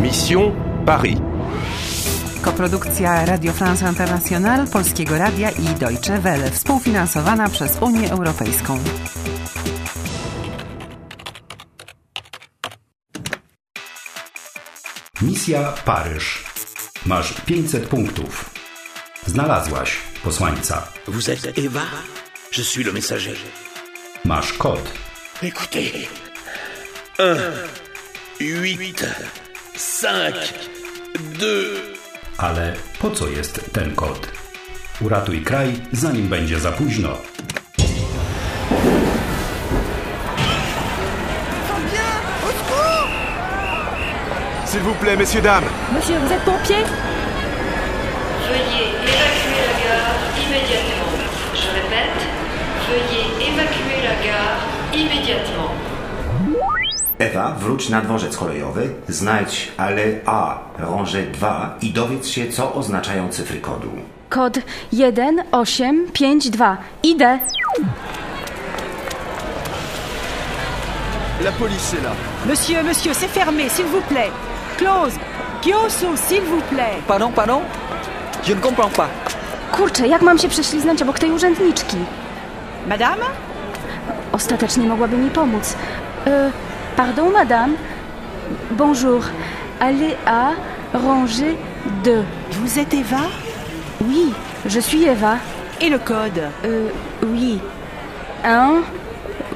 Mission Paris. Koprodukcja Radio France International, Polskiego Radia i Deutsche Welle, współfinansowana przez Unię Europejską. Misja Paryż. Masz 500 punktów. Znalazłaś posłańca. Vous êtes Eva Je suis le messager. Masz kod. Écoutez. 1, 8, 5, 2. Ale po co jest ten kod? Uratuj kraj, zanim będzie za późno. S'il vous plaît, messieurs, dames, Monsieur, vous êtes pompier Veuillez évacuer la gare immédiatement. Je répète, veuillez évacuer la gare immédiatement. Ewa, wróć na dworzec kolejowy, znajdź ale A, rąże 2 i dowiedz się, co oznaczają cyfry kodu. Kod 1852. Idę. la police est là. Monsieur, monsieur, c'est fermé, s'il vous plaît. Close. Kiosu, s'il vous plaît. Pardon, pardon Je ne comprends pas. Kurczę, jak mam się prześliznąć obok tej urzędniczki? Madame Ostatecznie mogłaby mi pomóc. E, pardon, madame. Bonjour. Allez à rangée 2. Vous êtes Eva Oui, je suis Eva. Et le code Euh, oui. 1,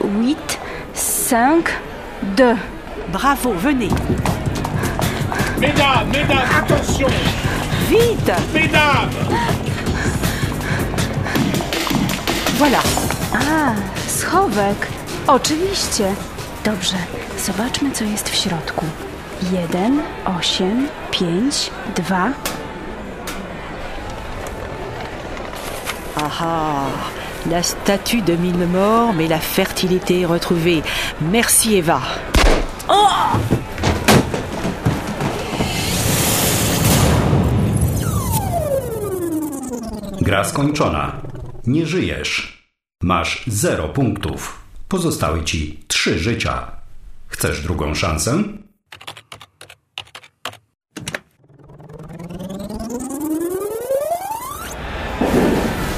8, 5, 2. Bravo, venez. Mesdames, mesdames, attention Vite Mesdames Voilà. A, schowek. Oczywiście. Dobrze, zobaczmy, co jest w środku. 1, 8, 5, 2. Ah ah La statue de mille morts, mais la fertilité retrouvée. Merci, Eva. Gra skończona. Nie żyjesz. Masz 0 punktów. Pozostały ci 3 życia. Chcesz drugą szansę?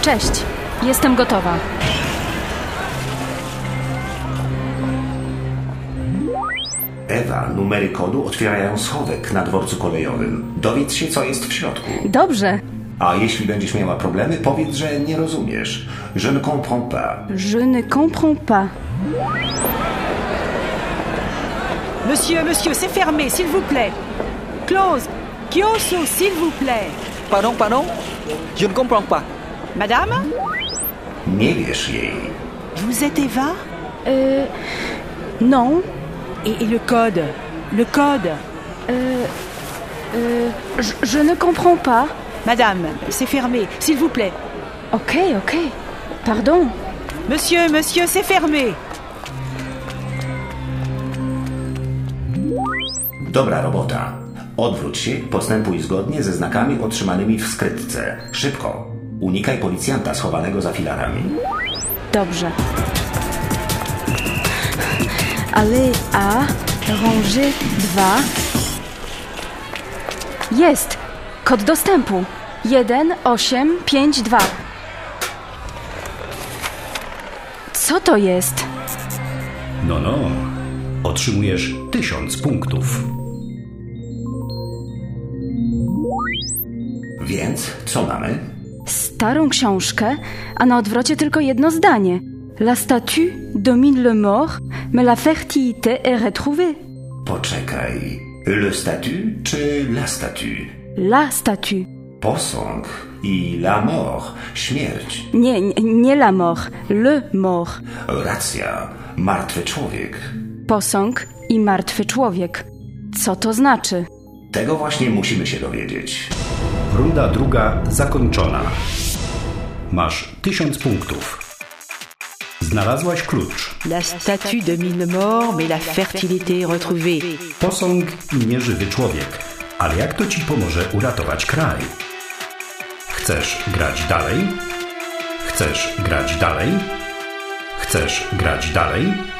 Cześć, jestem gotowa. Ewa, numery kodu otwierają schowek na dworcu kolejowym. Dowiedz się, co jest w środku. Dobrze. A jeśli będziesz miała problemy, powiedz, że nie rozumiesz. Je ne comprends pas. Je ne comprends pas. Monsieur, monsieur, c'est fermé, s'il vous plaît. Close. Kiosu, s'il vous plaît. Pardon, pardon Je ne comprends pas. Madame Nie wiesz jej. Vous êtes Eva Euh, non, et, et le code Le code euh, je, je ne comprends pas. Madame, c'est fermé, s'il vous plaît. Ok, ok. Pardon. Monsieur, monsieur, c'est fermé. Dobra robota. Odwróć się, postępuj zgodnie ze znakami otrzymanymi w skrytce. Szybko. Unikaj policjanta schowanego za filarami. Dobrze. Allez à rangée 2. Jest. Kod dostępu. 1852. Co to jest? No, no. Otrzymujesz 1000 punktów. Więc co mamy? Starą książkę, a na odwrocie tylko jedno zdanie. La statue domine le mort, mais la fertilité est retrouvée. Poczekaj. Le statut czy la statue? La statue. Posąg i la mort, śmierć. Nie, nie, nie la mort, le mort. Racja, martwy człowiek. Posąg i martwy człowiek. Co to znaczy? Tego właśnie musimy się dowiedzieć. Runda druga zakończona. Masz 1000 punktów. Znalazłaś klucz, La statue de mille morts, mais la fertilité retrouvée. posąg i nieżywy człowiek. Ale jak to ci pomoże uratować kraj? Chcesz grać dalej? Chcesz grać dalej? Chcesz grać dalej?